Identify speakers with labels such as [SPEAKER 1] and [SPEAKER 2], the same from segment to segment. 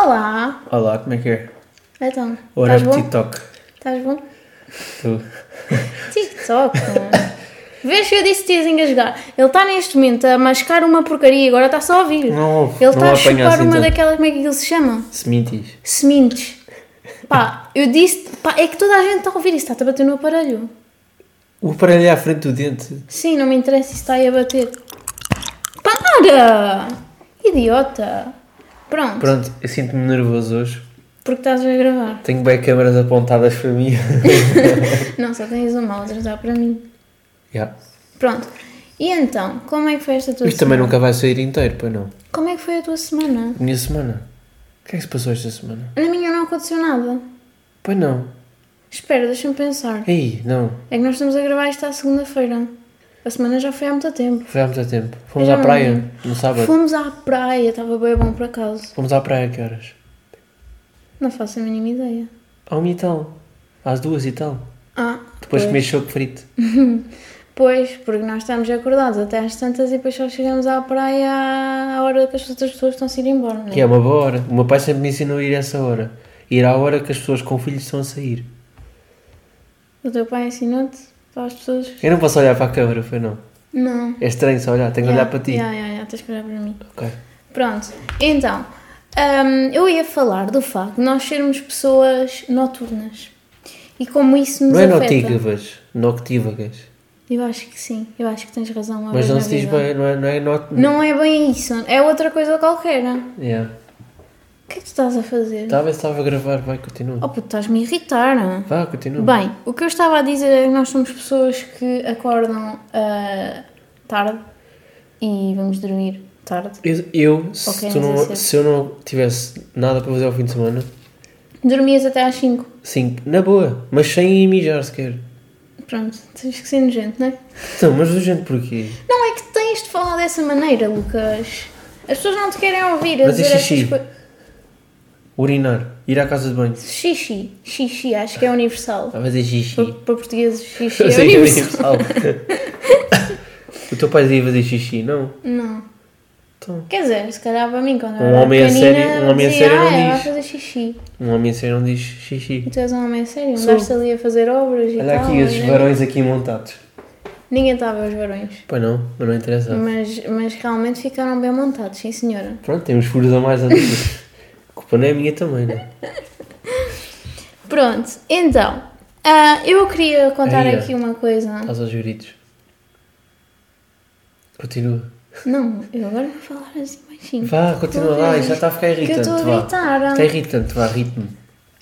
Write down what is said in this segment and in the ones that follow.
[SPEAKER 1] Olá!
[SPEAKER 2] Olá, como é que é?
[SPEAKER 1] Então,
[SPEAKER 2] Horas
[SPEAKER 1] estás
[SPEAKER 2] de
[SPEAKER 1] bom?
[SPEAKER 2] TikTok.
[SPEAKER 1] Estás bom?
[SPEAKER 2] Tu.
[SPEAKER 1] TikTok, mano. Vês que eu disse que ias engasgar. Ele está neste momento a mascar uma porcaria e agora está só a ouvir.
[SPEAKER 2] Não ouve,
[SPEAKER 1] Ele
[SPEAKER 2] não
[SPEAKER 1] está a
[SPEAKER 2] apanha
[SPEAKER 1] chupar
[SPEAKER 2] assim
[SPEAKER 1] uma
[SPEAKER 2] tanto.
[SPEAKER 1] daquelas, como é que aquilo se chama?
[SPEAKER 2] Smintis.
[SPEAKER 1] Sementes. Pá, eu disse, pá, é que toda a gente está a ouvir isso, está-te a bater no aparelho.
[SPEAKER 2] O aparelho é à frente do dente.
[SPEAKER 1] Sim, não me interessa se está aí a bater. Para! Idiota! Pronto,
[SPEAKER 2] Pronto, eu sinto-me nervoso hoje.
[SPEAKER 1] porque estás a gravar.
[SPEAKER 2] Tenho bem câmaras apontadas para mim.
[SPEAKER 1] Não, só tens uma, outra dá para mim.
[SPEAKER 2] yeah.
[SPEAKER 1] Pronto. E então, como é que foi esta tua
[SPEAKER 2] Isto também
[SPEAKER 1] semana?
[SPEAKER 2] nunca vai sair inteiro, pois não?
[SPEAKER 1] Como é que foi a tua semana?
[SPEAKER 2] Minha semana. O que é que se passou esta semana?
[SPEAKER 1] Na minha não aconteceu nada.
[SPEAKER 2] Pois não.
[SPEAKER 1] Espera, deixa-me pensar.
[SPEAKER 2] Ei, não.
[SPEAKER 1] É que nós estamos a gravar isto à segunda-feira. A semana já foi há muito tempo.
[SPEAKER 2] Foi há muito tempo. Fomos
[SPEAKER 1] Eu
[SPEAKER 2] à
[SPEAKER 1] já
[SPEAKER 2] praia
[SPEAKER 1] não
[SPEAKER 2] no sábado.
[SPEAKER 1] Fomos à praia, estava bem bom por acaso.
[SPEAKER 2] Fomos à praia a que horas?
[SPEAKER 1] Não faço a mínima ideia.
[SPEAKER 2] À uma e tal. Às duas e tal.
[SPEAKER 1] Ah, pois.
[SPEAKER 2] Depois comi choco frito.
[SPEAKER 1] Pois, porque nós estamos acordados até às tantas e depois só chegamos à praia à hora que as outras pessoas estão a ir embora, não é?
[SPEAKER 2] Que é uma boa hora. O meu pai sempre me ensinou a ir a essa hora. Ir à hora que as pessoas com filhos estão a sair. é-
[SPEAKER 1] O teu pai ensinou-te para as pessoas.
[SPEAKER 2] Eu não posso olhar para a câmara, foi não.
[SPEAKER 1] Não.
[SPEAKER 2] É estranho só olhar, tenho que
[SPEAKER 1] Ya,
[SPEAKER 2] olhar para ti.
[SPEAKER 1] ya, ya, ya, tens que olhar para mim.
[SPEAKER 2] Ok.
[SPEAKER 1] Pronto, então, hum, eu ia falar do facto de nós sermos pessoas noturnas e como isso nos
[SPEAKER 2] Não é
[SPEAKER 1] afeta.
[SPEAKER 2] notívagas, noctívagas.
[SPEAKER 1] Eu acho que sim, eu acho que tens razão. uma
[SPEAKER 2] Mas
[SPEAKER 1] vez
[SPEAKER 2] não
[SPEAKER 1] na
[SPEAKER 2] se diz
[SPEAKER 1] vida.
[SPEAKER 2] bem, não é, não é not...
[SPEAKER 1] Não é bem isso, é outra coisa qualquer. O
[SPEAKER 2] Yeah.
[SPEAKER 1] que é que tu estás a fazer?
[SPEAKER 2] Talvez estava a gravar, vai, continua.
[SPEAKER 1] Oh puto, estás-me a irritar. não?
[SPEAKER 2] Vá, continua.
[SPEAKER 1] Bem, o que eu estava a dizer é que nós somos pessoas que acordam ah, tarde e vamos dormir tarde.
[SPEAKER 2] Eu, eu, se,
[SPEAKER 1] Ok,
[SPEAKER 2] tu não,
[SPEAKER 1] 17.
[SPEAKER 2] se eu não tivesse nada para fazer ao fim de semana,
[SPEAKER 1] Dormias até às 5.
[SPEAKER 2] sim, na boa, mas sem ir mijar sequer.
[SPEAKER 1] Pronto, tens que ser nojento, não é?
[SPEAKER 2] Então, mas urgente porquê?
[SPEAKER 1] Não é que tens de falar dessa maneira, Lucas. As pessoas não te querem ouvir a
[SPEAKER 2] Mas e
[SPEAKER 1] dizer
[SPEAKER 2] xixi?
[SPEAKER 1] estas coisas.
[SPEAKER 2] Urinar, ir à casa de banho,
[SPEAKER 1] Xixi, xixi, acho que é universal.
[SPEAKER 2] a fazer xixi.
[SPEAKER 1] Para, para portugueses, xixi é
[SPEAKER 2] Eu sei que é
[SPEAKER 1] universal.
[SPEAKER 2] universal. o teu pai dizia fazer xixi, não?
[SPEAKER 1] Não.
[SPEAKER 2] Então,
[SPEAKER 1] Quer dizer, se calhar para mim, quando eu
[SPEAKER 2] Um
[SPEAKER 1] era
[SPEAKER 2] homem a
[SPEAKER 1] pequenina,
[SPEAKER 2] sério- um homem a
[SPEAKER 1] dizia,
[SPEAKER 2] sério não
[SPEAKER 1] ah, ela vai
[SPEAKER 2] diz."
[SPEAKER 1] fazer xixi.
[SPEAKER 2] um homem assim não diz xixi.
[SPEAKER 1] E tu és um homem a sério,
[SPEAKER 2] Sou.
[SPEAKER 1] andaste ali a fazer obras e
[SPEAKER 2] Olha
[SPEAKER 1] tal.
[SPEAKER 2] aqui esses
[SPEAKER 1] né?
[SPEAKER 2] varões aqui montados.
[SPEAKER 1] Ninguém estava aos varões.
[SPEAKER 2] Pois não, mas não interessa.
[SPEAKER 1] Mas, mas realmente ficaram bem montados, sim senhora.
[SPEAKER 2] Pronto, temos furos a mais a dizer. A culpa não é minha também, né?
[SPEAKER 1] Pronto, então, ah, eu queria contar
[SPEAKER 2] Aí, ó.
[SPEAKER 1] aqui uma coisa.
[SPEAKER 2] Estás aos gritos. Continua.
[SPEAKER 1] Não, eu agora vou falar assim baixinho.
[SPEAKER 2] Vá, continua lá, isso já está a ficar
[SPEAKER 1] Que eu
[SPEAKER 2] irritante.
[SPEAKER 1] estou a
[SPEAKER 2] Vá.
[SPEAKER 1] gritar. né?
[SPEAKER 2] Está irritante, vá, ritmo.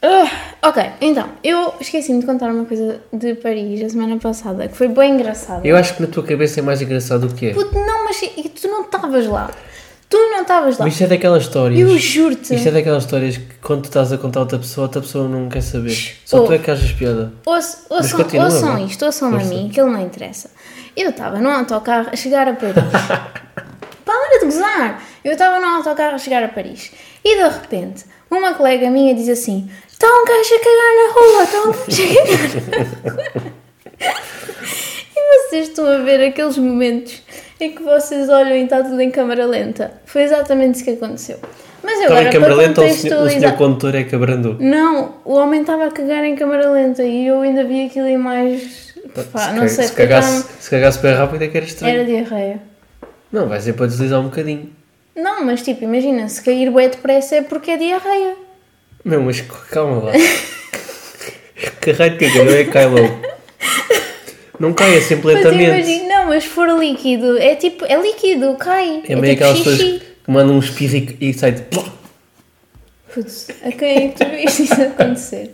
[SPEAKER 1] Ah, ok, então, eu esqueci-me de contar uma coisa de Paris a semana passada, que foi bem engraçada.
[SPEAKER 2] Eu acho que na tua cabeça é mais engraçado do que é.
[SPEAKER 1] Puto, não, mas e tu não estavas lá. Tu não estavas lá.
[SPEAKER 2] Mas isto é daquelas histórias.
[SPEAKER 1] Eu juro-te.
[SPEAKER 2] Isto é daquelas histórias que quando tu estás a contar a outra pessoa, a outra pessoa não quer saber. Só
[SPEAKER 1] ouve.
[SPEAKER 2] tu é que achas piada.
[SPEAKER 1] Ouça-
[SPEAKER 2] Mas
[SPEAKER 1] Ouçam,
[SPEAKER 2] continua,
[SPEAKER 1] ouçam
[SPEAKER 2] vá.
[SPEAKER 1] isto, ouçam a
[SPEAKER 2] Força.
[SPEAKER 1] mim, que ele não interessa. Eu estava no autocarro a chegar a Paris. Para de gozar! Eu estava no autocarro a chegar a Paris. E de repente, uma colega minha diz assim: Está um gajo a cagar na rua, está um gajo a cagar na rua. E vocês estão a ver aqueles momentos em que vocês olham e está tudo em câmara lenta. Foi exatamente isso que aconteceu. Mas eu
[SPEAKER 2] Estava
[SPEAKER 1] agora,
[SPEAKER 2] em câmara
[SPEAKER 1] para
[SPEAKER 2] lenta é ou o senhor, o
[SPEAKER 1] contextualizar...
[SPEAKER 2] senhor condutor é que abrandou?
[SPEAKER 1] Não, o homem estava a cagar em câmara lenta e eu ainda vi aquilo em mais. Pá, não
[SPEAKER 2] ca-
[SPEAKER 1] sei,
[SPEAKER 2] se
[SPEAKER 1] porque
[SPEAKER 2] cagasse, se cagasse bem rápido é que
[SPEAKER 1] era
[SPEAKER 2] era estranho.
[SPEAKER 1] diarreia.
[SPEAKER 2] Não, vai ser para deslizar um bocadinho.
[SPEAKER 1] Não, mas tipo, imagina, se cair bué depressa é porque é diarreia.
[SPEAKER 2] Não, mas c- calma lá. que raio de caga, não é que cai logo. Não caia sempre
[SPEAKER 1] Mas
[SPEAKER 2] lentamente.
[SPEAKER 1] imagina, não, mas se for líquido, é tipo, é líquido, cai.
[SPEAKER 2] É
[SPEAKER 1] É,
[SPEAKER 2] meio
[SPEAKER 1] tipo
[SPEAKER 2] aquelas pessoas
[SPEAKER 1] xixi.
[SPEAKER 2] que mandam um espirro e- e sai de...
[SPEAKER 1] Putz, a quem é que tu viste isso acontecer?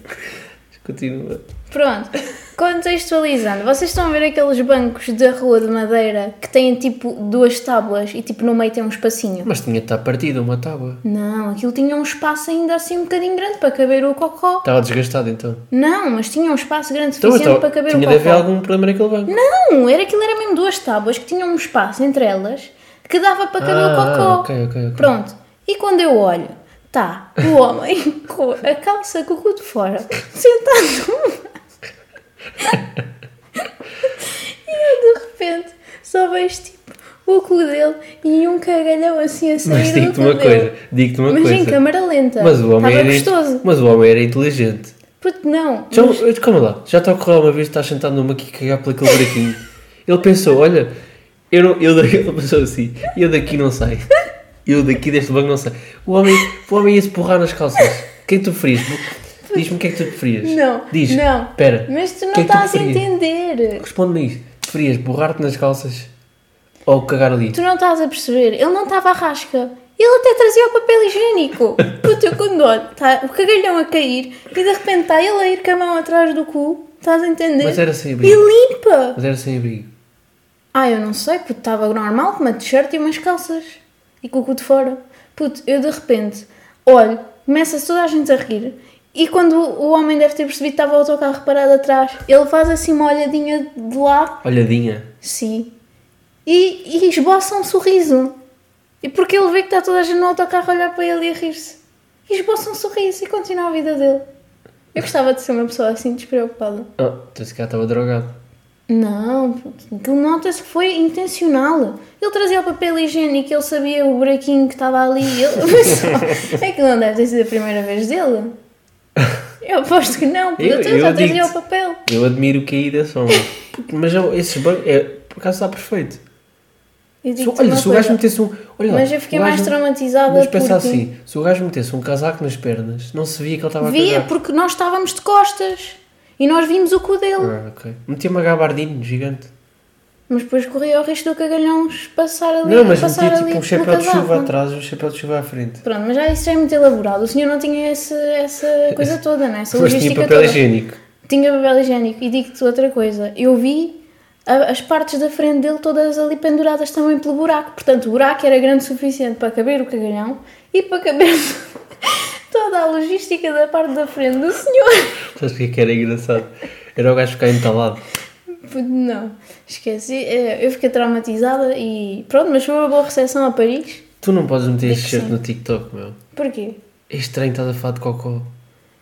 [SPEAKER 2] Continua.
[SPEAKER 1] Pronto, contextualizando, vocês estão a ver aqueles bancos da rua de madeira que têm tipo duas tábuas e tipo no meio tem um espacinho?
[SPEAKER 2] Mas tinha de estar partida uma tábua.
[SPEAKER 1] Não, aquilo tinha um espaço ainda assim um bocadinho grande para caber o cocó.
[SPEAKER 2] Estava desgastado então.
[SPEAKER 1] Não, mas tinha um espaço grande
[SPEAKER 2] Então,
[SPEAKER 1] suficiente
[SPEAKER 2] então,
[SPEAKER 1] para caber
[SPEAKER 2] tinha
[SPEAKER 1] o
[SPEAKER 2] de
[SPEAKER 1] cocó.
[SPEAKER 2] haver algum problema naquele banco.
[SPEAKER 1] Não, era aquilo era mesmo duas tábuas que tinham um espaço entre elas que dava para caber o
[SPEAKER 2] Ah,
[SPEAKER 1] cocó.
[SPEAKER 2] ok, ok, ok.
[SPEAKER 1] Pronto. E quando eu olho, tá o homem com a calça com o cu de fora, sentado numa- E eu de repente só vejo tipo o cu dele e um cagalhão assim a sair
[SPEAKER 2] Mas digo-te
[SPEAKER 1] do
[SPEAKER 2] uma
[SPEAKER 1] cu
[SPEAKER 2] coisa,
[SPEAKER 1] dele.
[SPEAKER 2] digo-te uma
[SPEAKER 1] Mas em
[SPEAKER 2] coisa.
[SPEAKER 1] câmara lenta.
[SPEAKER 2] Mas o homem é
[SPEAKER 1] Estava
[SPEAKER 2] era, inte-
[SPEAKER 1] gostoso.
[SPEAKER 2] mas o homem era inteligente.
[SPEAKER 1] Porque não?
[SPEAKER 2] Já, Então, Calma lá, já está a correr uma vez, estás sentado numa aqui a cagar por aquele buraquinho. Ele pensou: olha, eu, não- eu, da- ele pensou assim, eu daqui não saio. Eu daqui deste banco não saio. O homem, o homem ia-se porrar nas calças. Quem tu preferias? Diz-me o que é que tu preferias.
[SPEAKER 1] Não,
[SPEAKER 2] Diz,
[SPEAKER 1] não.
[SPEAKER 2] Espera,
[SPEAKER 1] Mas tu
[SPEAKER 2] o
[SPEAKER 1] não
[SPEAKER 2] que é que tu
[SPEAKER 1] estás a
[SPEAKER 2] preferias?
[SPEAKER 1] entender.
[SPEAKER 2] responde-me isto: preferias borrar-te nas calças ou cagar ali?
[SPEAKER 1] Tu não estás a perceber. Ele não estava à rasca. Ele até trazia o papel higiênico. Puta, eu quando olho, está o cagalhão a cair e de repente está ele a ir com a mão atrás do cu. Estás a entender?
[SPEAKER 2] Mas era sem
[SPEAKER 1] E
[SPEAKER 2] abrigo.
[SPEAKER 1] limpa!
[SPEAKER 2] Mas era sem abrigo.
[SPEAKER 1] Ah, eu não sei, puto, estava normal com uma t-shirt e umas calças. E com o cu de fora. Puto, eu de repente olho, começa-se toda a gente a rir. E quando o homem deve ter percebido que estava o autocarro parado atrás, ele faz assim uma olhadinha de lado
[SPEAKER 2] Olhadinha.
[SPEAKER 1] Sim. E, e esboça um sorriso. E porque ele vê que está toda a gente no autocarro a olhar para ele e a rir-se. E esboça um sorriso e continua a vida dele. Eu gostava de ser uma pessoa assim despreocupada.
[SPEAKER 2] Ah, então esse cara estava drogado.
[SPEAKER 1] Não, puto, aquilo nota-se que foi intencional. Ele trazia o papel higiênico, ele sabia o buraquinho que estava ali. Ele... é que não deve ter sido a primeira vez dele. Eu aposto que não, porque eu,
[SPEAKER 2] Eu- eu
[SPEAKER 1] já trazia
[SPEAKER 2] digo-te.
[SPEAKER 1] o papel.
[SPEAKER 2] Eu admiro o QI desse homem. um. Mas eu- esses bancos, é, por acaso está perfeito.
[SPEAKER 1] Eu
[SPEAKER 2] Se,
[SPEAKER 1] digo-te
[SPEAKER 2] olha,
[SPEAKER 1] uma
[SPEAKER 2] se o gajo
[SPEAKER 1] coisa,
[SPEAKER 2] metesse um. Olha lá,
[SPEAKER 1] Mas eu fiquei
[SPEAKER 2] o gajo-
[SPEAKER 1] mais traumatizada
[SPEAKER 2] Mas pensa
[SPEAKER 1] porque-
[SPEAKER 2] assim: se o gajo metesse um casaco nas pernas, não se via que ele estava a
[SPEAKER 1] Via,
[SPEAKER 2] cagar.
[SPEAKER 1] porque nós estávamos de costas e nós vimos o cu dele.
[SPEAKER 2] Ah, ok. Metia uma gabardina gigante.
[SPEAKER 1] Mas depois corria o risco do cagalhão passar ali.
[SPEAKER 2] não, mas
[SPEAKER 1] passar
[SPEAKER 2] metia
[SPEAKER 1] ali
[SPEAKER 2] tipo um
[SPEAKER 1] pelo
[SPEAKER 2] chapéu de
[SPEAKER 1] casaco.
[SPEAKER 2] chuva atrás e um chapéu de chuva à frente.
[SPEAKER 1] Pronto, mas já isso já é muito elaborado. O senhor não tinha esse- essa coisa toda, né? essa
[SPEAKER 2] Mas tinha
[SPEAKER 1] logística
[SPEAKER 2] papel
[SPEAKER 1] toda.
[SPEAKER 2] higiênico.
[SPEAKER 1] Tinha papel higiênico. E digo-te outra coisa: eu vi a- as partes da frente dele todas ali penduradas também pelo buraco. Portanto, o buraco era grande o suficiente para caber o cagalhão e para caber toda a logística da parte da frente do senhor.
[SPEAKER 2] Sabes o que é que era engraçado? Era o gajo ficar entalado.
[SPEAKER 1] Puto, Não, esqueci. Eh, Eu fiquei traumatizada e pronto, mas foi uma boa recepção a Paris.
[SPEAKER 2] Tu não podes meter este
[SPEAKER 1] que
[SPEAKER 2] shirt
[SPEAKER 1] sim.
[SPEAKER 2] no TikTok, meu.
[SPEAKER 1] Porquê?
[SPEAKER 2] É estranho, estás a falar de cocô.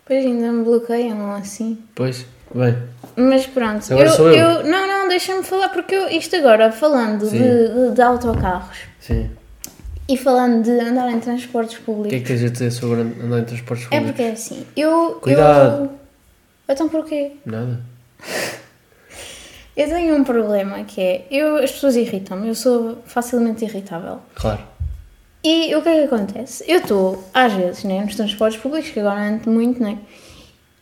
[SPEAKER 1] Pois ainda me bloqueiam assim.
[SPEAKER 2] Pois, bem.
[SPEAKER 1] Mas pronto,
[SPEAKER 2] Agora sou eu.
[SPEAKER 1] Não, não, deixa-me falar, porque eu, isto agora, falando de,
[SPEAKER 2] Sim.
[SPEAKER 1] de, de autocarros
[SPEAKER 2] Sim.
[SPEAKER 1] e falando de andar em transportes
[SPEAKER 2] O que é
[SPEAKER 1] públicos,
[SPEAKER 2] que tens a dizer sobre andar em transportes
[SPEAKER 1] é
[SPEAKER 2] públicos?
[SPEAKER 1] porque é assim, eu.
[SPEAKER 2] Cuidado.
[SPEAKER 1] Eu, então porquê?
[SPEAKER 2] Nada.
[SPEAKER 1] Eu tenho um problema que é. Eu, as pessoas irritam-me, eu sou facilmente irritável.
[SPEAKER 2] Claro.
[SPEAKER 1] E o que é que acontece? Eu estou, às vezes, né, nos transportes públicos, que agora ando muito, né?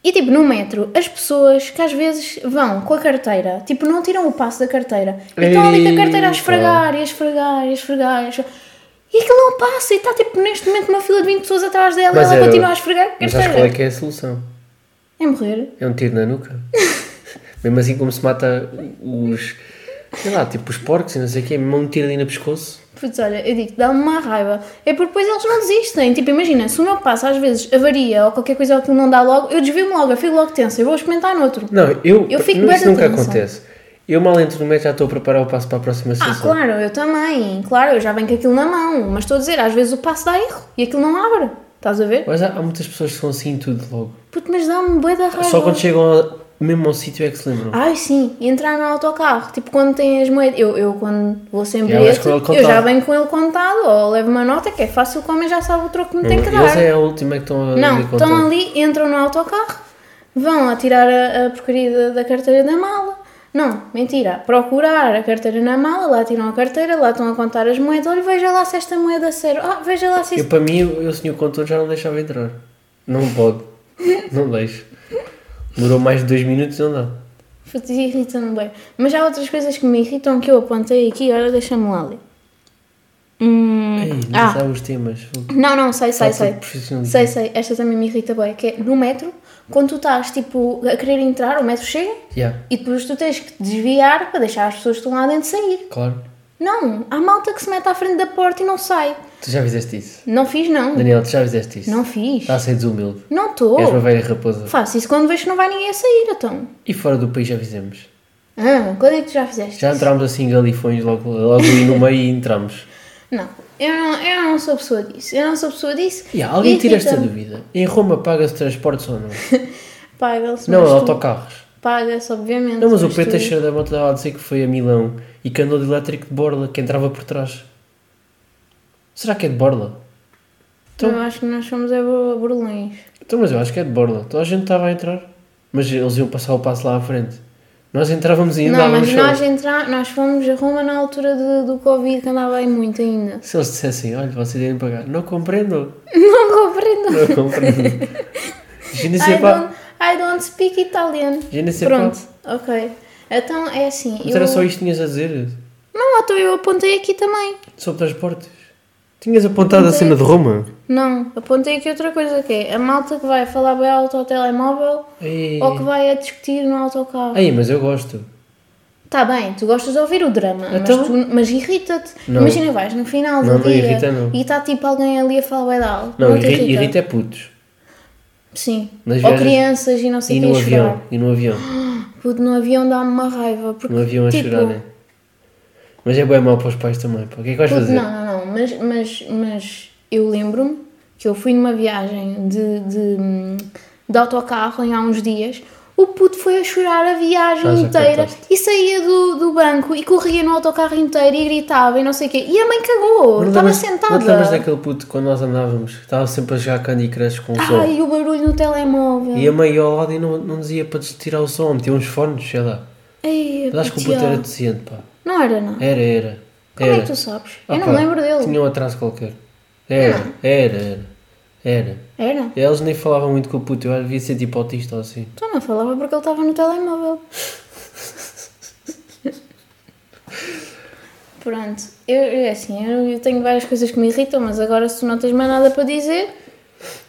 [SPEAKER 1] E tipo, no metro, as pessoas que às vezes vão com a carteira, tipo, não tiram o passo da carteira. E estão ali com a carteira a
[SPEAKER 2] Ei,
[SPEAKER 1] esfregar, e a esfregar, e a esfregar, e a esfregar. E aquilo não passa, e está tipo, neste momento, uma fila de 20 pessoas atrás dela, e ela
[SPEAKER 2] era-
[SPEAKER 1] continua a esfregar a
[SPEAKER 2] é- Mas sabes qual é
[SPEAKER 1] carteira.
[SPEAKER 2] que é a solução?
[SPEAKER 1] É morrer.
[SPEAKER 2] É um tiro na nuca. mesmo assim como se mata os... Sei lá, tipo os porcos e não sei o quê. Mesmo um tiro ali no pescoço.
[SPEAKER 1] Putz, olha, eu digo, dá-me uma raiva. É porque depois eles não desistem. Tipo, imagina, se o meu passo às vezes avaria ou qualquer coisa ou aquilo não dá logo, eu desvio-me logo, eu fico logo tensa, eu vou experimentar noutro.
[SPEAKER 2] Não, eu...
[SPEAKER 1] Eu fico
[SPEAKER 2] não,
[SPEAKER 1] bué
[SPEAKER 2] isso
[SPEAKER 1] da
[SPEAKER 2] nunca
[SPEAKER 1] tensa.
[SPEAKER 2] acontece. Eu mal entro no metro já estou a preparar o passo para a próxima
[SPEAKER 1] Ah,
[SPEAKER 2] sessão.
[SPEAKER 1] claro, eu também. Claro, eu já venho com aquilo na mão. Mas estou a dizer, às vezes o passo dá erro e aquilo não abre. Estás a ver?
[SPEAKER 2] Mas há, há muitas pessoas que são assim em tudo logo.
[SPEAKER 1] Puto, mas dá-me boi da raiva.
[SPEAKER 2] Só quando chegam ao, mesmo ao sítio é que se lembram.
[SPEAKER 1] Ai, sim, e entrar no autocarro. Tipo, quando tem as moedas. Eu, eu quando vou sem
[SPEAKER 2] E elas
[SPEAKER 1] bilhete,
[SPEAKER 2] com ele
[SPEAKER 1] eu já
[SPEAKER 2] contado.
[SPEAKER 1] venho com ele contado ou levo uma nota que é fácil, como eu já sabe o troco que me tem que
[SPEAKER 2] Eles
[SPEAKER 1] dar.
[SPEAKER 2] é a última que estão a
[SPEAKER 1] Não,
[SPEAKER 2] a contar.
[SPEAKER 1] estão ali, entram no autocarro, vão a tirar a, a porcaria da, da carteira da mala. Não, mentira, procurar a carteira na mala, lá tiram a carteira, lá estão a contar as moedas. Olha, veja lá se esta moeda é sério. Ah, veja lá se
[SPEAKER 2] Eu,
[SPEAKER 1] isto.
[SPEAKER 2] para mim, eu, o senhor contor já não deixava entrar. Não pode. não deixo. Demorou mais de dois minutos não dá.
[SPEAKER 1] Putz, Irrita-me bem. Mas há outras coisas que me irritam que eu apontei aqui, ora deixa-me lá ler. Hum,
[SPEAKER 2] Ei, nem
[SPEAKER 1] ah,
[SPEAKER 2] sabe os temas.
[SPEAKER 1] Não, não, sei, sei,
[SPEAKER 2] Falta de
[SPEAKER 1] sei.
[SPEAKER 2] profissionalismo.
[SPEAKER 1] Sei, sei. Esta também me irrita bem, que é no metro, quando tu estás tipo a querer entrar, o metro chega
[SPEAKER 2] Yeah,
[SPEAKER 1] e depois tu tens que te desviar para deixar as pessoas que estão lá dentro sair.
[SPEAKER 2] claro.
[SPEAKER 1] Não, há malta que se mete à frente da porta e não sai.
[SPEAKER 2] Tu já fizeste isso.
[SPEAKER 1] Não fiz, não.
[SPEAKER 2] Daniel, tu já fizeste isso.
[SPEAKER 1] Não Oh. fiz.
[SPEAKER 2] Está a ser desumilde.
[SPEAKER 1] Não estou.
[SPEAKER 2] És uma velha raposa.
[SPEAKER 1] Faço isso quando vejo que não vai ninguém a sair, então.
[SPEAKER 2] E fora do país já fizemos.
[SPEAKER 1] Ah, quando é que tu já fizeste?
[SPEAKER 2] Já entramos assim em galifões logo, logo ali no meio e entramos.
[SPEAKER 1] Não, eu não, eu não sou pessoa disso. Eu não sou pessoa disso. então,
[SPEAKER 2] E há alguém tira esta
[SPEAKER 1] Irrita-me.
[SPEAKER 2] dúvida. Em Roma paga-se transportes ou não?
[SPEAKER 1] Paga-se.
[SPEAKER 2] Não,
[SPEAKER 1] mas tu-
[SPEAKER 2] autocarros.
[SPEAKER 1] paga-se, obviamente.
[SPEAKER 2] Não, mas o
[SPEAKER 1] tu-
[SPEAKER 2] Pedro Teixeira da moto dava a dizer que foi a Milão e que andou de elétrico de borla, que entrava por trás. Será que é de borla? então-
[SPEAKER 1] Eu acho que nós somos é bur- burlões.
[SPEAKER 2] Então, mas eu acho que é de borla. Toda a gente estava a entrar, mas eles iam passar o passo lá à frente. Nós entrávamos e
[SPEAKER 1] Não,
[SPEAKER 2] andávamos
[SPEAKER 1] mas
[SPEAKER 2] só.
[SPEAKER 1] nós, entra... nós fomos a Roma na altura de- do Covid, que andava aí muito ainda.
[SPEAKER 2] Se eles dissessem, olha, vocês devem pagar. Não compreendo,
[SPEAKER 1] Não compreendo.
[SPEAKER 2] não compreendo. é Je ne sais
[SPEAKER 1] I
[SPEAKER 2] pas.
[SPEAKER 1] don't, I don't speak Italian.
[SPEAKER 2] Je ne sais
[SPEAKER 1] Pronto,
[SPEAKER 2] pas.
[SPEAKER 1] ok. Então é assim.
[SPEAKER 2] é Mas
[SPEAKER 1] eu...
[SPEAKER 2] era só isto que tinhas a dizer?
[SPEAKER 1] Não, então eu apontei aqui também.
[SPEAKER 2] Sobre transportes? Tinhas apontado a cena de Roma?
[SPEAKER 1] Não, apontei aqui outra coisa que é a malta que vai falar bem alto ao telemóvel
[SPEAKER 2] Ei.
[SPEAKER 1] ou que vai a discutir no autocarro.
[SPEAKER 2] Ei, mas eu gosto.
[SPEAKER 1] Tá bem, tu gostas de ouvir o drama,
[SPEAKER 2] Então?
[SPEAKER 1] mas, tu- mas irrita-te.
[SPEAKER 2] Não.
[SPEAKER 1] Imagina, vais no final do
[SPEAKER 2] Não, não
[SPEAKER 1] dia
[SPEAKER 2] irrita, não.
[SPEAKER 1] e está tipo alguém ali a falar bem alto.
[SPEAKER 2] Não,
[SPEAKER 1] te
[SPEAKER 2] irri- irrita. é putos.
[SPEAKER 1] Sim.
[SPEAKER 2] Nas
[SPEAKER 1] ou
[SPEAKER 2] viagens-
[SPEAKER 1] crianças e não sei
[SPEAKER 2] E
[SPEAKER 1] o que
[SPEAKER 2] no
[SPEAKER 1] a chorar.
[SPEAKER 2] avião. E no avião.
[SPEAKER 1] Puto, no avião dá-me uma raiva. Porque,
[SPEAKER 2] No avião a
[SPEAKER 1] tipo,
[SPEAKER 2] chorar, né? Mas é bem mau para os pais também. Pá. O que é que vais
[SPEAKER 1] Puto,
[SPEAKER 2] fazer?
[SPEAKER 1] Não, não, não, mas, mas, mas eu lembro-me que eu fui numa viagem de, de, de autocarro em há uns dias. O puto foi a chorar a viagem
[SPEAKER 2] Ah, já
[SPEAKER 1] inteira
[SPEAKER 2] contaste.
[SPEAKER 1] e saía do, do banco e corria no autocarro inteiro e gritava e não sei o quê. E a mãe cagou,
[SPEAKER 2] te
[SPEAKER 1] estava
[SPEAKER 2] lembras- Não te lembras
[SPEAKER 1] sentada.
[SPEAKER 2] daquele puto quando nós andávamos? que Estava sempre a jogar Candy Crush com o som.
[SPEAKER 1] Ai, o barulho no telemóvel.
[SPEAKER 2] E a mãe ia ao lado e não, não dizia para tirar o som. Metia uns fones, sei lá.
[SPEAKER 1] Ai,
[SPEAKER 2] Mas acho que o
[SPEAKER 1] puto,
[SPEAKER 2] puto
[SPEAKER 1] já.
[SPEAKER 2] era deficiente, pá.
[SPEAKER 1] Não era, não.
[SPEAKER 2] Era, era.
[SPEAKER 1] Como é
[SPEAKER 2] Era.
[SPEAKER 1] que tu sabes?
[SPEAKER 2] Ah,
[SPEAKER 1] eu não
[SPEAKER 2] pá,
[SPEAKER 1] me lembro dele.
[SPEAKER 2] Tinha um atraso qualquer. Era, era, era. Era.
[SPEAKER 1] Era?
[SPEAKER 2] Eles nem falavam muito com o puto. Eu acho que devia ser tipo autista ou assim.
[SPEAKER 1] Então não falava porque ele estava no telemóvel. Pronto, eu, eu, assim, eu, eu tenho várias coisas que me irritam, mas agora se tu não tens mais nada para dizer,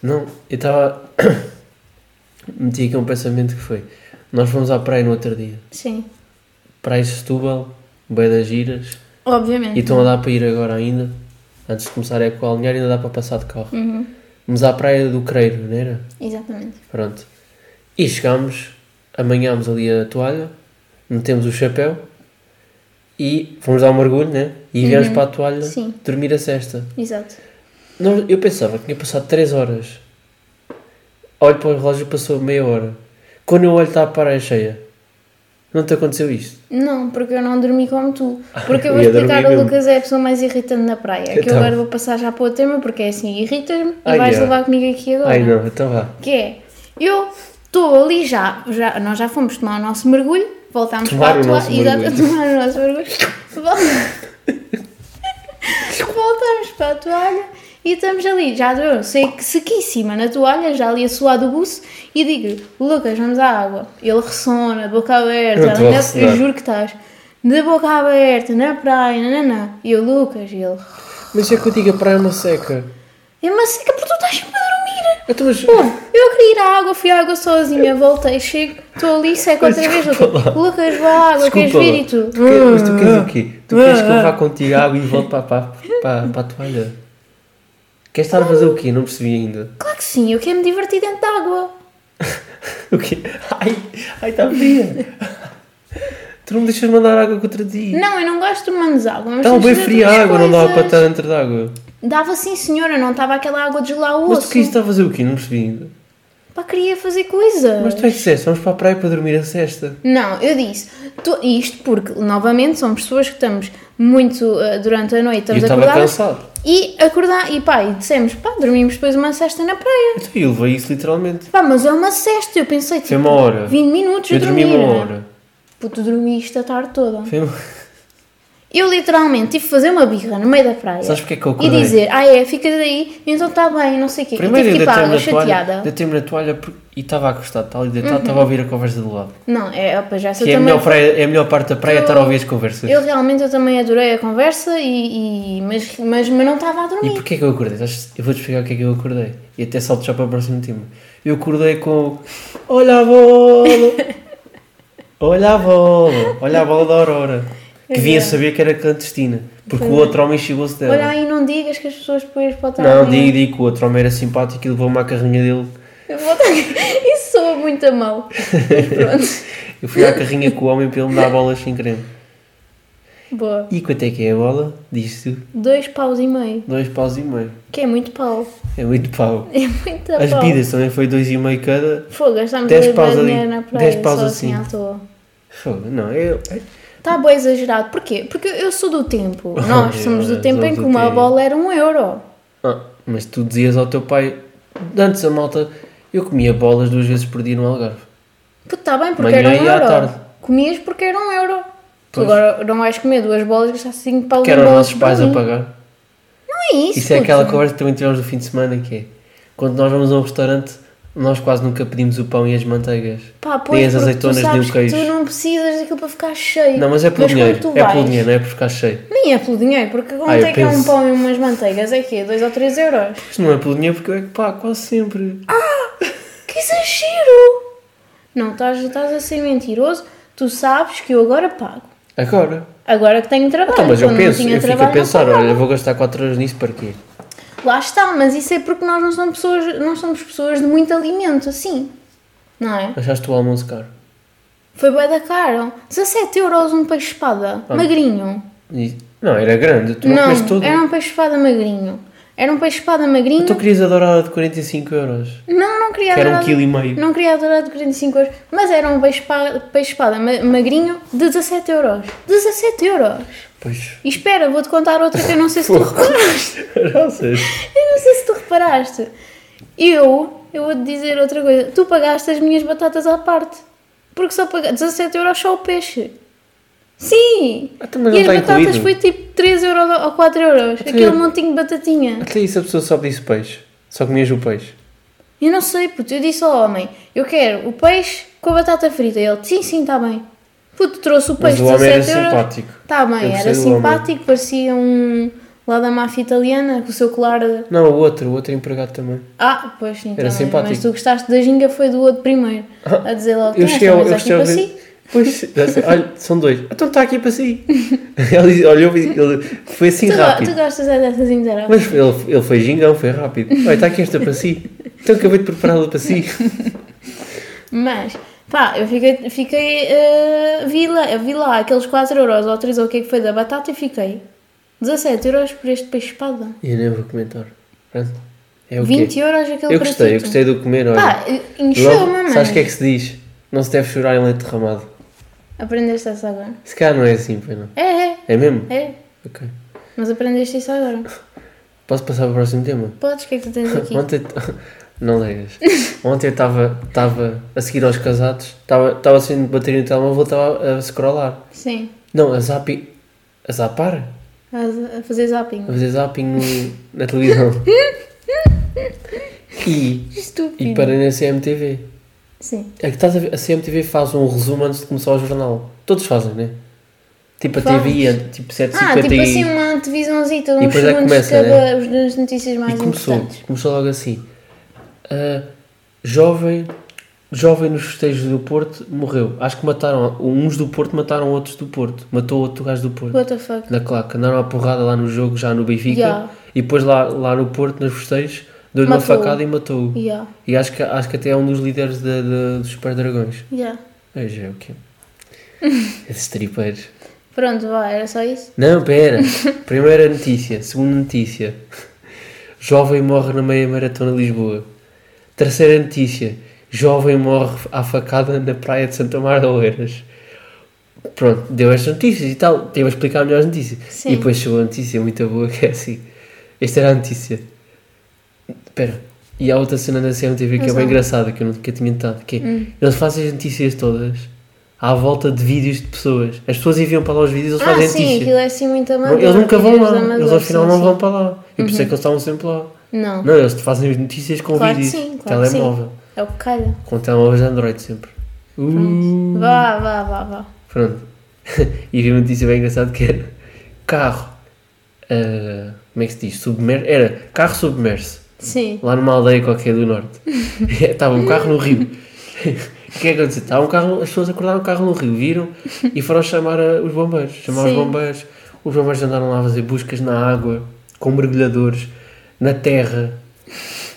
[SPEAKER 2] Não, eu estava. Meti aqui um pensamento que foi. Nós fomos à praia no outro dia.
[SPEAKER 1] sim,
[SPEAKER 2] Praia de Setúbal, Baía das Giras. E
[SPEAKER 1] obviamente.
[SPEAKER 2] estão a dar para ir agora ainda. Antes de começar a ecoalinhar, ainda dá para passar de carro.
[SPEAKER 1] Uhum,
[SPEAKER 2] Vamos à praia do Creiro, não era?
[SPEAKER 1] exatamente.
[SPEAKER 2] Pronto. E chegámos, amanhámos ali a toalha, metemos o chapéu e fomos dar um mergulho, né? E viemos para a toalha
[SPEAKER 1] Sim.
[SPEAKER 2] dormir a cesta.
[SPEAKER 1] Exato.
[SPEAKER 2] Nós- eu pensava que tinha passado 3 horas. Olho para o relógio passou meia hora. Quando eu olho está a praia cheia. Não te aconteceu isto?
[SPEAKER 1] Não, porque eu não dormi como tu. Porque eu vou
[SPEAKER 2] Ah, Eu ia
[SPEAKER 1] explicar
[SPEAKER 2] dormir
[SPEAKER 1] ao
[SPEAKER 2] mesmo.
[SPEAKER 1] Lucas é a pessoa mais irritante na praia. Que eu
[SPEAKER 2] Então.
[SPEAKER 1] agora vou passar já para o tema, porque é assim, irritas-me e
[SPEAKER 2] Ai,
[SPEAKER 1] vais
[SPEAKER 2] é.
[SPEAKER 1] levar comigo aqui agora.
[SPEAKER 2] Ai não, então vá.
[SPEAKER 1] Que é, eu estou ali já, já, nós já fomos tomar o nosso mergulho, voltámos
[SPEAKER 2] Tomar
[SPEAKER 1] para a
[SPEAKER 2] o
[SPEAKER 1] toalha,
[SPEAKER 2] nosso mergulho.
[SPEAKER 1] exato, tomar o nosso mergulho, Vol- voltámos para a toalha e estamos ali, já estou se- sequíssima na toalha, já ali a suar do buço, e digo, Lucas, vamos à água. Ele ressona, boca aberta,
[SPEAKER 2] Eu estou a
[SPEAKER 1] ainda-
[SPEAKER 2] ressonar.
[SPEAKER 1] eu juro que estás, de boca aberta, na praia, nananã. E eu, Lucas, e ele,
[SPEAKER 2] Mas é que eu digo, a praia é uma seca.
[SPEAKER 1] é uma seca porque tu estás sempre a dormir.
[SPEAKER 2] Então, mas...
[SPEAKER 1] Bom, eu queria ir à água, fui à água sozinha, voltei, chego, estou ali, seco outra vez,
[SPEAKER 2] Desculpa
[SPEAKER 1] Lucas, Lucas, vá à água, queres
[SPEAKER 2] Desculpa,
[SPEAKER 1] vir e tu? Ah.
[SPEAKER 2] Tu queres- mas tu queres o quê? Tu queres que eu vá contigo à água e volte para, para, para, para a toalha? Queres estar a fazer o quê? Não percebi ainda.
[SPEAKER 1] Claro que sim, eu quero me divertir dentro da água.
[SPEAKER 2] O quê? Ai, ai, está fria. Tu não me deixas mandar água contra ti.
[SPEAKER 1] Não, eu não gosto de tomarmos água, mas
[SPEAKER 2] Estava
[SPEAKER 1] temos
[SPEAKER 2] bem
[SPEAKER 1] de fazer
[SPEAKER 2] fria a
[SPEAKER 1] outras
[SPEAKER 2] água, não dava para
[SPEAKER 1] coisas.
[SPEAKER 2] estar dentro da água.
[SPEAKER 1] Dava sim, senhora, não estava aquela água de gelar o
[SPEAKER 2] Mas tu
[SPEAKER 1] osso.
[SPEAKER 2] querias estar a fazer o quê? Não percebi ainda.
[SPEAKER 1] Pá, queria fazer coisa.
[SPEAKER 2] Mas tu é que disseste, vamos para a praia para dormir a cesta.
[SPEAKER 1] Não, eu disse tu- isto porque, novamente, são pessoas que estamos muito eh, durante a noite,
[SPEAKER 2] E eu
[SPEAKER 1] estamos
[SPEAKER 2] estava
[SPEAKER 1] acordadas.
[SPEAKER 2] cansado.
[SPEAKER 1] E acordar, e pá, e dissemos, pá, dormimos depois uma cesta na praia.
[SPEAKER 2] Então eu levei isso literalmente.
[SPEAKER 1] Pá, mas é uma cesta, eu pensei tipo,
[SPEAKER 2] Foi uma hora.
[SPEAKER 1] 20 minutos
[SPEAKER 2] Eu
[SPEAKER 1] de
[SPEAKER 2] dormi
[SPEAKER 1] dormir. é?
[SPEAKER 2] uma hora.
[SPEAKER 1] Puto, dormiste a tarde toda.
[SPEAKER 2] Foi uma...
[SPEAKER 1] Eu literalmente tive que fazer uma birra no meio da praia.
[SPEAKER 2] Sabes porque é que
[SPEAKER 1] E
[SPEAKER 2] eu acordei?
[SPEAKER 1] dizer, ah é, fica daí, então está bem, não sei o quê.
[SPEAKER 2] Primeiro
[SPEAKER 1] e
[SPEAKER 2] eu
[SPEAKER 1] tive que ir para a água
[SPEAKER 2] deitei-me na toalha,
[SPEAKER 1] chateada. Uhum.
[SPEAKER 2] deitei-me na toalha por- e estava acostado, estava ali deitado, estava a ouvir a conversa do lado.
[SPEAKER 1] Não, é, opa, já
[SPEAKER 2] Que é a, melhor praia- é a melhor parte da praia estar a ouvir as conversas.
[SPEAKER 1] Eu realmente eu também adorei a conversa, e, e- mas, mas, mas não estava a
[SPEAKER 2] E
[SPEAKER 1] dormir.
[SPEAKER 2] porquê que eu acordei? Sabes- Eu vou-te explicar o que é que eu acordei. E até salto já para o próximo tema. Eu acordei com o, Olha a bola! Olha a bola! Olha a bola da Aurora!
[SPEAKER 1] É
[SPEAKER 2] Que vinha a saber que era clandestina. Porque o outro homem chegou-se dela.
[SPEAKER 1] Olha aí, não digas que as pessoas depois podem
[SPEAKER 2] não, digo, digo que o outro homem era simpático e levou uma carrinha dele.
[SPEAKER 1] Eu vou- Isso soa muito a mal. Mas pronto.
[SPEAKER 2] Eu fui à carrinha com o homem para ele me dar bolas sem querer.
[SPEAKER 1] Boa.
[SPEAKER 2] E quanto é que é a bola? Diz-se
[SPEAKER 1] Dois paus e meio.
[SPEAKER 2] dois paus e meio.
[SPEAKER 1] Que é muito pau.
[SPEAKER 2] É muito pau.
[SPEAKER 1] É muita
[SPEAKER 2] As
[SPEAKER 1] pau.
[SPEAKER 2] bebidas também foi dois e meio cada.
[SPEAKER 1] Fogo, gastámos
[SPEAKER 2] Dez
[SPEAKER 1] ali
[SPEAKER 2] paus
[SPEAKER 1] bué
[SPEAKER 2] ali.
[SPEAKER 1] dinheiro na praia.
[SPEAKER 2] Dez paus
[SPEAKER 1] só assim.
[SPEAKER 2] assim.
[SPEAKER 1] à toa.
[SPEAKER 2] Fogo, não, eu.
[SPEAKER 1] Está bem exagerado. Porquê? Porque eu sou do tempo. Nós somos do
[SPEAKER 2] Nós
[SPEAKER 1] tempo em
[SPEAKER 2] somos
[SPEAKER 1] que
[SPEAKER 2] do
[SPEAKER 1] uma
[SPEAKER 2] tempo.
[SPEAKER 1] bola era um euro.
[SPEAKER 2] Ah, mas tu dizias ao teu pai, antes a malta, eu comia bolas duas vezes por dia no Algarve.
[SPEAKER 1] Puto, está bem, porque
[SPEAKER 2] Manhã
[SPEAKER 1] era um
[SPEAKER 2] e à
[SPEAKER 1] euro.
[SPEAKER 2] tarde.
[SPEAKER 1] Comias porque era um euro. Tu
[SPEAKER 2] Pois.
[SPEAKER 1] agora não vais comer duas bolas e gastar cinco paus
[SPEAKER 2] Que
[SPEAKER 1] em
[SPEAKER 2] eram os
[SPEAKER 1] bolas
[SPEAKER 2] nossos
[SPEAKER 1] de
[SPEAKER 2] pais a
[SPEAKER 1] bolinho.
[SPEAKER 2] pagar.
[SPEAKER 1] Não é isso,
[SPEAKER 2] Isso é
[SPEAKER 1] puto.
[SPEAKER 2] aquela conversa que também tivemos no fim de semana que é quando nós vamos a um restaurante, nós quase nunca pedimos o pão e as manteigas.
[SPEAKER 1] Pá, pois,
[SPEAKER 2] nem as
[SPEAKER 1] porque
[SPEAKER 2] azeitonas,
[SPEAKER 1] tu
[SPEAKER 2] nem
[SPEAKER 1] sabes
[SPEAKER 2] o queijo.
[SPEAKER 1] Que tu não precisas daquilo para ficar cheio.
[SPEAKER 2] Não, mas é pelo
[SPEAKER 1] quando
[SPEAKER 2] dinheiro.
[SPEAKER 1] tu
[SPEAKER 2] É
[SPEAKER 1] vais-
[SPEAKER 2] pelo dinheiro, não é por ficar cheio.
[SPEAKER 1] Nem é pelo dinheiro, porque
[SPEAKER 2] Ah, eu
[SPEAKER 1] quanto é que é um
[SPEAKER 2] penso.
[SPEAKER 1] pão e umas manteigas? É quê? 2 ou 3 euros?
[SPEAKER 2] Isto não é pelo dinheiro porque eu é que pá, quase sempre.
[SPEAKER 1] Que exagero! Não, estás, estás a ser mentiroso. Tu sabes que eu agora pago.
[SPEAKER 2] Agora.
[SPEAKER 1] Agora que tenho trabalho.
[SPEAKER 2] Então, mas eu
[SPEAKER 1] Ah, Quando não
[SPEAKER 2] penso,
[SPEAKER 1] tinha
[SPEAKER 2] eu fico a
[SPEAKER 1] trabalho, então não
[SPEAKER 2] pensar,
[SPEAKER 1] pagava.
[SPEAKER 2] olha, vou gastar 4 horas nisso para quê?
[SPEAKER 1] Lá está, mas isso é porque nós não somos pessoas, não somos pessoas de muito alimento, assim. Não é?
[SPEAKER 2] Achaste o almoço caro.
[SPEAKER 1] Foi bué da caro. 17 euros um peixe-espada. Magrinho.
[SPEAKER 2] E- não, era grande, Ah, tu não,
[SPEAKER 1] não,
[SPEAKER 2] comeste todo.
[SPEAKER 1] era um peixe-espada magrinho. Era um peixe-espada magrinho.
[SPEAKER 2] Tu querias a dourada de 45 euros.
[SPEAKER 1] Não, não queria
[SPEAKER 2] Então Que era um
[SPEAKER 1] adorado-
[SPEAKER 2] quilo e meio.
[SPEAKER 1] Não queria adorar de 45 euros, mas era um peixe-espada peixe espada ma- magrinho de 17 euros. 17 euros!
[SPEAKER 2] Pois.
[SPEAKER 1] E espera, vou-te contar outra que eu não sei se tu reparaste.
[SPEAKER 2] Graças.
[SPEAKER 1] Eu não sei se tu reparaste. Eu, eu vou-te dizer outra coisa. Tu pagaste as minhas batatas à parte. Porque só pagaste 17 euros só o peixe. Sim!
[SPEAKER 2] Ah, então, mas
[SPEAKER 1] e
[SPEAKER 2] não
[SPEAKER 1] as
[SPEAKER 2] está
[SPEAKER 1] batatas
[SPEAKER 2] incluído.
[SPEAKER 1] foi tipo 3 euros ou 4 euros.
[SPEAKER 2] Então,
[SPEAKER 1] Aquele
[SPEAKER 2] eu-
[SPEAKER 1] montinho de batatinha.
[SPEAKER 2] Até isso a pessoa só disse peixe. Só comias o peixe.
[SPEAKER 1] Eu não sei, puto. Eu disse ao homem: Eu quero o peixe com a batata frita. E ele: Sim, sim, está bem. Puto, trouxe o
[SPEAKER 2] Mas
[SPEAKER 1] peixe
[SPEAKER 2] o homem era
[SPEAKER 1] 17 euros.
[SPEAKER 2] simpático.
[SPEAKER 1] Está
[SPEAKER 2] Eu
[SPEAKER 1] bem,
[SPEAKER 2] gostei
[SPEAKER 1] era
[SPEAKER 2] do homem.
[SPEAKER 1] simpático. Parecia um lá da máfia italiana com o seu colar. de-
[SPEAKER 2] Não, o outro, o outro empregado também.
[SPEAKER 1] Ah, pois então.
[SPEAKER 2] Era
[SPEAKER 1] olha,
[SPEAKER 2] simpático.
[SPEAKER 1] Mas tu gostaste da ginga, foi do outro primeiro. A dizer logo:
[SPEAKER 2] Eu
[SPEAKER 1] "Não,
[SPEAKER 2] cheguei
[SPEAKER 1] esta
[SPEAKER 2] ao.
[SPEAKER 1] mesa
[SPEAKER 2] Eu
[SPEAKER 1] aqui
[SPEAKER 2] cheguei ao
[SPEAKER 1] para si."
[SPEAKER 2] Pois, já sei. olha, são dois. Então está aqui para si. ele disse- olhou e ele foi assim
[SPEAKER 1] Tu, go-
[SPEAKER 2] rápido.
[SPEAKER 1] tu gostas é dessas interações?
[SPEAKER 2] Mas ele, ele foi gingão, foi rápido. Olha, está aqui esta para si. Então acabei de prepará-la para si.
[SPEAKER 1] Mas, pá, eu fiquei. fiquei eh, vi, lá, eu vi lá aqueles 4 euros ou 3 ou o que é que foi da batata e fiquei: 17 euros por este peixe-espada.
[SPEAKER 2] E eu nem vou comentar. Pronto. É o quê?
[SPEAKER 1] 20 euros aquele
[SPEAKER 2] Eu gostei, eu gostei do comer, olha.
[SPEAKER 1] Pá, eh,
[SPEAKER 2] Logo,
[SPEAKER 1] encheu-me,
[SPEAKER 2] sabes o que é
[SPEAKER 1] mano.
[SPEAKER 2] que se diz? Não se deve chorar em leite derramado.
[SPEAKER 1] Aprendeste isso agora?
[SPEAKER 2] Se calhar não é assim, pois não.
[SPEAKER 1] É, é,
[SPEAKER 2] É mesmo?
[SPEAKER 1] é.
[SPEAKER 2] Ok.
[SPEAKER 1] Mas aprendeste isso agora.
[SPEAKER 2] Posso passar para o próximo tema?
[SPEAKER 1] Podes, o que é que tu tens aqui?
[SPEAKER 2] Ontem. Não leias. Ontem eu estava estava a seguir aos casados, estava estava a sendo bater no telemóvel, estava a scrollar.
[SPEAKER 1] Sim,
[SPEAKER 2] Não, a zapi. a zapar?
[SPEAKER 1] a, a fazer zapping.
[SPEAKER 2] A fazer zapping no- na televisão. E,
[SPEAKER 1] Estúpido.
[SPEAKER 2] e parei na CMTV.
[SPEAKER 1] Sim.
[SPEAKER 2] É que estás a ver, a CMTV faz um resumo antes de começar o jornal. Todos fazem, né? Tipo a
[SPEAKER 1] Faz.
[SPEAKER 2] TV, é tipo 7h50
[SPEAKER 1] Ah, tipo
[SPEAKER 2] e,
[SPEAKER 1] assim, uma televisãozita,
[SPEAKER 2] E
[SPEAKER 1] uns
[SPEAKER 2] depois é que
[SPEAKER 1] segundos
[SPEAKER 2] começa,
[SPEAKER 1] cada
[SPEAKER 2] né?
[SPEAKER 1] os- as notícias
[SPEAKER 2] e
[SPEAKER 1] mais
[SPEAKER 2] começou,
[SPEAKER 1] importantes.
[SPEAKER 2] começou logo assim. Ah, jovem, jovem nos festejos do Porto morreu. Acho que mataram, uns do Porto mataram outros do Porto. Matou outro gajo do Porto.
[SPEAKER 1] What the fuck?
[SPEAKER 2] Na claque, andaram à porrada lá no jogo, já no Benfica.
[SPEAKER 1] Yeah.
[SPEAKER 2] E depois lá, lá no Porto, nos festejos, deu-lhe uma
[SPEAKER 1] Matou-o.
[SPEAKER 2] facada e matou-o.
[SPEAKER 1] Yeah,
[SPEAKER 2] E acho que, acho que até é um dos líderes da- da- dos Super Dragões.
[SPEAKER 1] yeah.
[SPEAKER 2] Veja é o quê? Esses tripeiros.
[SPEAKER 1] Pronto, vá, era só isso?
[SPEAKER 2] Não, pera. Primeira notícia. Segunda notícia. Jovem morre na meia maratona de Lisboa. Terceira notícia. Jovem morre à facada na praia de Santa Mar de Oeiras. Pronto, deu estas notícias e tal. Teve a explicar melhor as notícias.
[SPEAKER 1] Sim.
[SPEAKER 2] E depois chegou a notícia muito boa que é assim. Esta era a notícia. Pera. E há outra cena da CMTV que
[SPEAKER 1] Mas
[SPEAKER 2] é bem
[SPEAKER 1] não.
[SPEAKER 2] engraçada, que eu nunca tinha notado, que é,
[SPEAKER 1] Hum.
[SPEAKER 2] eles fazem as notícias todas à volta de vídeos de pessoas. As pessoas enviam para lá os vídeos, eles
[SPEAKER 1] Ah,
[SPEAKER 2] fazem
[SPEAKER 1] sim,
[SPEAKER 2] notícias.
[SPEAKER 1] aquilo é assim muito
[SPEAKER 2] Não,
[SPEAKER 1] amador.
[SPEAKER 2] eles nunca vão
[SPEAKER 1] vídeos
[SPEAKER 2] lá,
[SPEAKER 1] de amador,
[SPEAKER 2] eles ao final
[SPEAKER 1] sim,
[SPEAKER 2] não
[SPEAKER 1] é sim.
[SPEAKER 2] vão para lá. E por isso é que eles estavam sempre lá.
[SPEAKER 1] Não,
[SPEAKER 2] Não, eles te fazem as notícias com
[SPEAKER 1] claro que
[SPEAKER 2] vídeos,
[SPEAKER 1] sim, claro que
[SPEAKER 2] telemóvel,
[SPEAKER 1] sim. É o que calha.
[SPEAKER 2] com telemóvel de Android sempre. Uh,
[SPEAKER 1] Vá, vá, vá, vá.
[SPEAKER 2] pronto. e vi uma notícia bem engraçada que era carro, ah, como é que se diz? Submerso. Era carro submerso,
[SPEAKER 1] Sim.
[SPEAKER 2] lá numa aldeia qualquer do norte. Estava um carro no rio. O que é que aconteceu? Estava um carro, as pessoas acordaram o carro no rio, viram e foram chamar ah, os bombeiros. Chamar os
[SPEAKER 1] Sim.
[SPEAKER 2] bombeiros. Os bombeiros andaram lá a fazer buscas na água, com mergulhadores, na terra.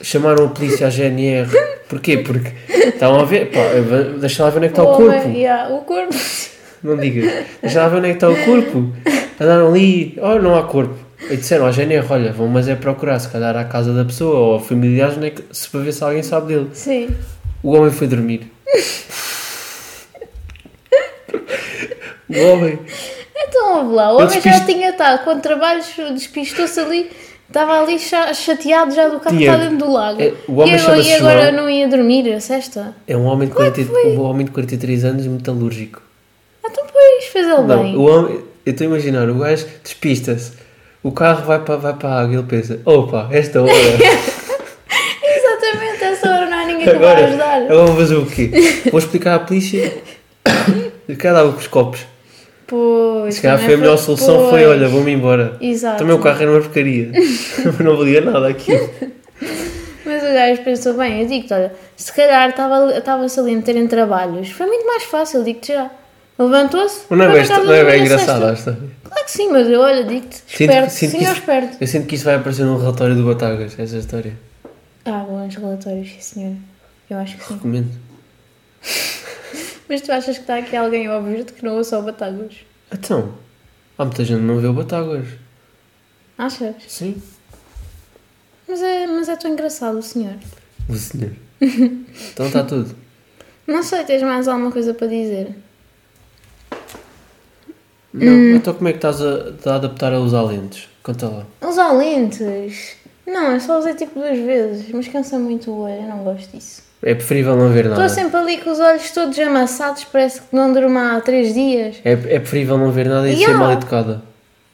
[SPEAKER 2] Chamaram a polícia, a GNR. Porquê? Porque estavam a ver, pá, va- deixa lá ver onde é que está o
[SPEAKER 1] homem-
[SPEAKER 2] corpo.
[SPEAKER 1] yeah, o corpo.
[SPEAKER 2] Não digas. Deixa lá ver onde é que está o corpo. andaram ali, oh, não há corpo. E disseram ao GNR, olha, vão, mas é procurar, se calhar, à casa da pessoa ou a familiares, né, que- se para ver se alguém sabe dele.
[SPEAKER 1] Sim.
[SPEAKER 2] O homem foi dormir. o homem,
[SPEAKER 1] Então, ouve lá, o homem já
[SPEAKER 2] despiste-
[SPEAKER 1] tinha estado com trabalhos, despistou-se ali, estava ali cha- chateado já do carro
[SPEAKER 2] Tinha-
[SPEAKER 1] está dentro do lago.
[SPEAKER 2] é, o homem
[SPEAKER 1] e agora, e
[SPEAKER 2] chama-se
[SPEAKER 1] agora
[SPEAKER 2] João.
[SPEAKER 1] não ia dormir, a sexta?
[SPEAKER 2] é um homem, de 40, um homem de 43 anos metalúrgico.
[SPEAKER 1] Ah, Então, pois, fez ele
[SPEAKER 2] Não,
[SPEAKER 1] bem.
[SPEAKER 2] o homem, eu estou a imaginar, o gajo despista-se, o carro vai para, vai para a água e ele pensa, opa, esta hora,
[SPEAKER 1] Exatamente, essa hora não há ninguém é que
[SPEAKER 2] agora,
[SPEAKER 1] vai ajudar.
[SPEAKER 2] agora vou fazer o quê? Vou explicar à polícia, eu quero dar os copos.
[SPEAKER 1] Pois.
[SPEAKER 2] Se calhar
[SPEAKER 1] também Tá
[SPEAKER 2] foi a melhor solução, foi,
[SPEAKER 1] pois.
[SPEAKER 2] olha, vou-me embora.
[SPEAKER 1] Exato.
[SPEAKER 2] Também o carro era uma porcaria, não valia nada aqui.
[SPEAKER 1] Mas o gajo pensou bem, eu digo-te, olha, se calhar estava- estava-se ali a meterem trabalhos. Foi muito mais fácil, digo-te já. Levantou-se.
[SPEAKER 2] Não é
[SPEAKER 1] foi
[SPEAKER 2] bem,
[SPEAKER 1] na casa
[SPEAKER 2] não é
[SPEAKER 1] da
[SPEAKER 2] bem
[SPEAKER 1] Maria
[SPEAKER 2] engraçado a
[SPEAKER 1] Sexta.
[SPEAKER 2] história.
[SPEAKER 1] Claro que sim, mas eu, olha, digo-te, esperto, senhor
[SPEAKER 2] isso,
[SPEAKER 1] esperto.
[SPEAKER 2] eu sinto que isso vai aparecer num relatório do Batagas, essa história.
[SPEAKER 1] Ah, bons relatórios, sim senhor. Eu acho que sim.
[SPEAKER 2] Recomendo.
[SPEAKER 1] Mas tu achas que está aqui alguém a ouvir-te que não ouça o Batagos?
[SPEAKER 2] Então, há muita gente que não vê o Batagas.
[SPEAKER 1] Achas?
[SPEAKER 2] Sim.
[SPEAKER 1] Mas é, mas é tão engraçado o senhor.
[SPEAKER 2] O senhor. então está tudo.
[SPEAKER 1] Não sei, tens mais alguma coisa para dizer? Hum.
[SPEAKER 2] Não, então como é que estás a, a adaptar a usar lentes? Conta lá.
[SPEAKER 1] Usar lentes? Não, eu só usei tipo duas vezes, mas cansa muito o olho, eu não gosto disso.
[SPEAKER 2] É preferível não ver nada.
[SPEAKER 1] Estou sempre ali com os olhos todos amassados, parece que não durmo há três dias.
[SPEAKER 2] É, é preferível não ver nada e ser
[SPEAKER 1] Yeah.
[SPEAKER 2] mal educada.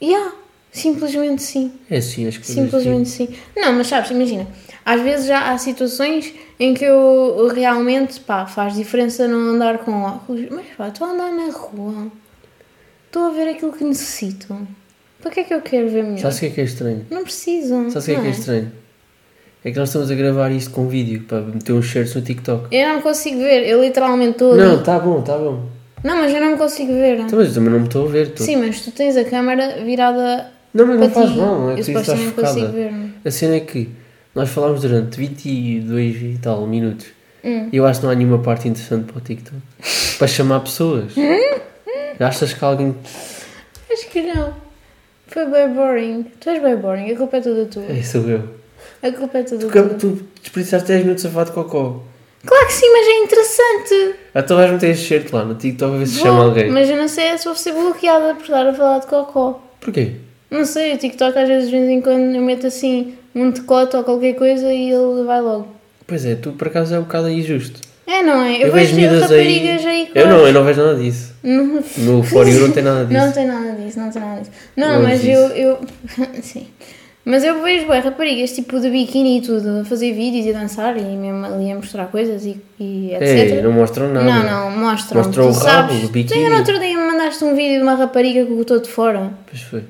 [SPEAKER 1] E ah, simplesmente sim.
[SPEAKER 2] É assim as coisas.
[SPEAKER 1] Simplesmente sim. Não, mas sabes, imagina, às vezes já há situações em que eu realmente, pá, faz diferença não andar com óculos, mas pá, estou a andar na rua, estou a ver aquilo que necessito. Para que é que eu quero ver melhor?
[SPEAKER 2] Sabes o que é que é estranho?
[SPEAKER 1] Não preciso.
[SPEAKER 2] Sabes o que é
[SPEAKER 1] não
[SPEAKER 2] que é estranho? É que nós estamos a gravar isto com vídeo para meter uns shirts no TikTok.
[SPEAKER 1] Eu não consigo ver, eu literalmente estou ali.
[SPEAKER 2] Não,
[SPEAKER 1] Não.
[SPEAKER 2] tá bom, tá bom.
[SPEAKER 1] mas eu não consigo ver.
[SPEAKER 2] Então, mas eu também não me estou a ver. Tô...
[SPEAKER 1] Sim, mas tu tens a câmara virada
[SPEAKER 2] Não, mas não
[SPEAKER 1] para
[SPEAKER 2] faz
[SPEAKER 1] ti.
[SPEAKER 2] mal, não é
[SPEAKER 1] eu
[SPEAKER 2] preciso estar
[SPEAKER 1] supostamente consigo
[SPEAKER 2] focada.
[SPEAKER 1] ver. não
[SPEAKER 2] A cena é que nós falámos durante 22 e tal minutos.
[SPEAKER 1] Hum.
[SPEAKER 2] E eu acho que não há nenhuma parte interessante para o TikTok. para chamar pessoas. Achas que alguém.
[SPEAKER 1] é? Acho que não. Foi bem boring. Tu és bem boring, a culpa é toda tua.
[SPEAKER 2] É, sou eu.
[SPEAKER 1] A culpa é toda
[SPEAKER 2] Tu,
[SPEAKER 1] tua.
[SPEAKER 2] tu desperdiçaste 10 minutos a falar de cocó.
[SPEAKER 1] Claro que sim, mas é interessante.
[SPEAKER 2] Então vais meter este shirt lá no TikTok a ver se
[SPEAKER 1] Vou,
[SPEAKER 2] chama alguém.
[SPEAKER 1] Mas eu não sei é se vou ser bloqueada por estar a falar de cocó.
[SPEAKER 2] Porquê?
[SPEAKER 1] Não sei, o TikTok às vezes de vez em quando eu meto assim um decote ou qualquer coisa e ele vai logo.
[SPEAKER 2] Pois é, tu por acaso é um bocado injusto.
[SPEAKER 1] É, não é? Eu, vejo,
[SPEAKER 2] miúdas
[SPEAKER 1] raparigas aí, com
[SPEAKER 2] Eu não, eu não vejo nada disso.
[SPEAKER 1] Não,
[SPEAKER 2] No For You não tem nada disso.
[SPEAKER 1] não tem nada disso, não tem nada disso. Não,
[SPEAKER 2] Longe
[SPEAKER 1] mas
[SPEAKER 2] disso.
[SPEAKER 1] eu, eu. Sim. Mas eu vejo bué, raparigas tipo de biquíni e tudo a fazer vídeos e a dançar e mesmo ali a mostrar coisas e, e etc.
[SPEAKER 2] Ei, É, não mostram nada.
[SPEAKER 1] Não, não, mostram.
[SPEAKER 2] Mostram
[SPEAKER 1] tu
[SPEAKER 2] o rabo,
[SPEAKER 1] sabes.
[SPEAKER 2] o biquíni.
[SPEAKER 1] Tu no outro dia me mandaste um vídeo de uma rapariga com o todo de fora.
[SPEAKER 2] Pois foi.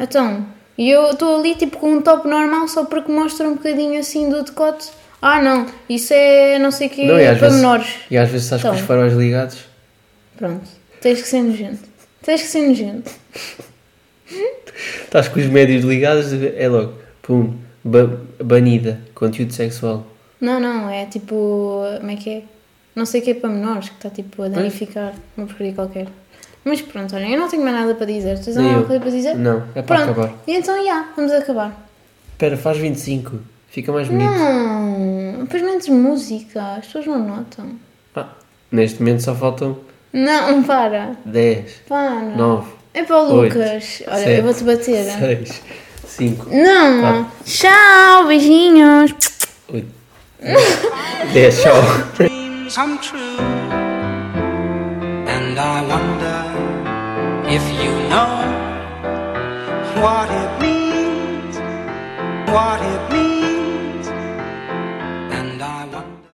[SPEAKER 1] Então, e eu estou ali tipo com um top normal só porque mostra um bocadinho assim do decote. Ah não, isso é não sei o quê,
[SPEAKER 2] Não, e às
[SPEAKER 1] para
[SPEAKER 2] vezes-
[SPEAKER 1] menores.
[SPEAKER 2] E às vezes estás com
[SPEAKER 1] Então.
[SPEAKER 2] os faróis ligados.
[SPEAKER 1] Pronto, tens que ser nojento. Tens que ser nojento.
[SPEAKER 2] Estás com os médios ligados, é logo. Pum. ba- banida. Conteúdo sexual.
[SPEAKER 1] Não, não, é tipo, como é que é? Não sei o que é para menores, que está tipo a danificar uma porcaria qualquer. Mas pronto, olha, eu não tenho mais nada para dizer. Tu tens
[SPEAKER 2] Nem
[SPEAKER 1] alguma
[SPEAKER 2] eu.
[SPEAKER 1] coisa para dizer?
[SPEAKER 2] Não, é para
[SPEAKER 1] Pronto,
[SPEAKER 2] acabar.
[SPEAKER 1] e então já, vamos acabar.
[SPEAKER 2] Espera, faz 25. Fica mais bonito.
[SPEAKER 1] Não, depois metes música, as pessoas não notam.
[SPEAKER 2] Ah, neste momento só faltam
[SPEAKER 1] Não, para,
[SPEAKER 2] 10,
[SPEAKER 1] para.
[SPEAKER 2] 9,
[SPEAKER 1] É para o
[SPEAKER 2] Oito,
[SPEAKER 1] Lucas. Olha,
[SPEAKER 2] sete,
[SPEAKER 1] eu vou-te bater.
[SPEAKER 2] 6, 5,
[SPEAKER 1] Não, tchau, beijinhos.
[SPEAKER 2] 8, 10. Tchau.
[SPEAKER 3] dreams come true. And I wonder if you know what it means, what it means.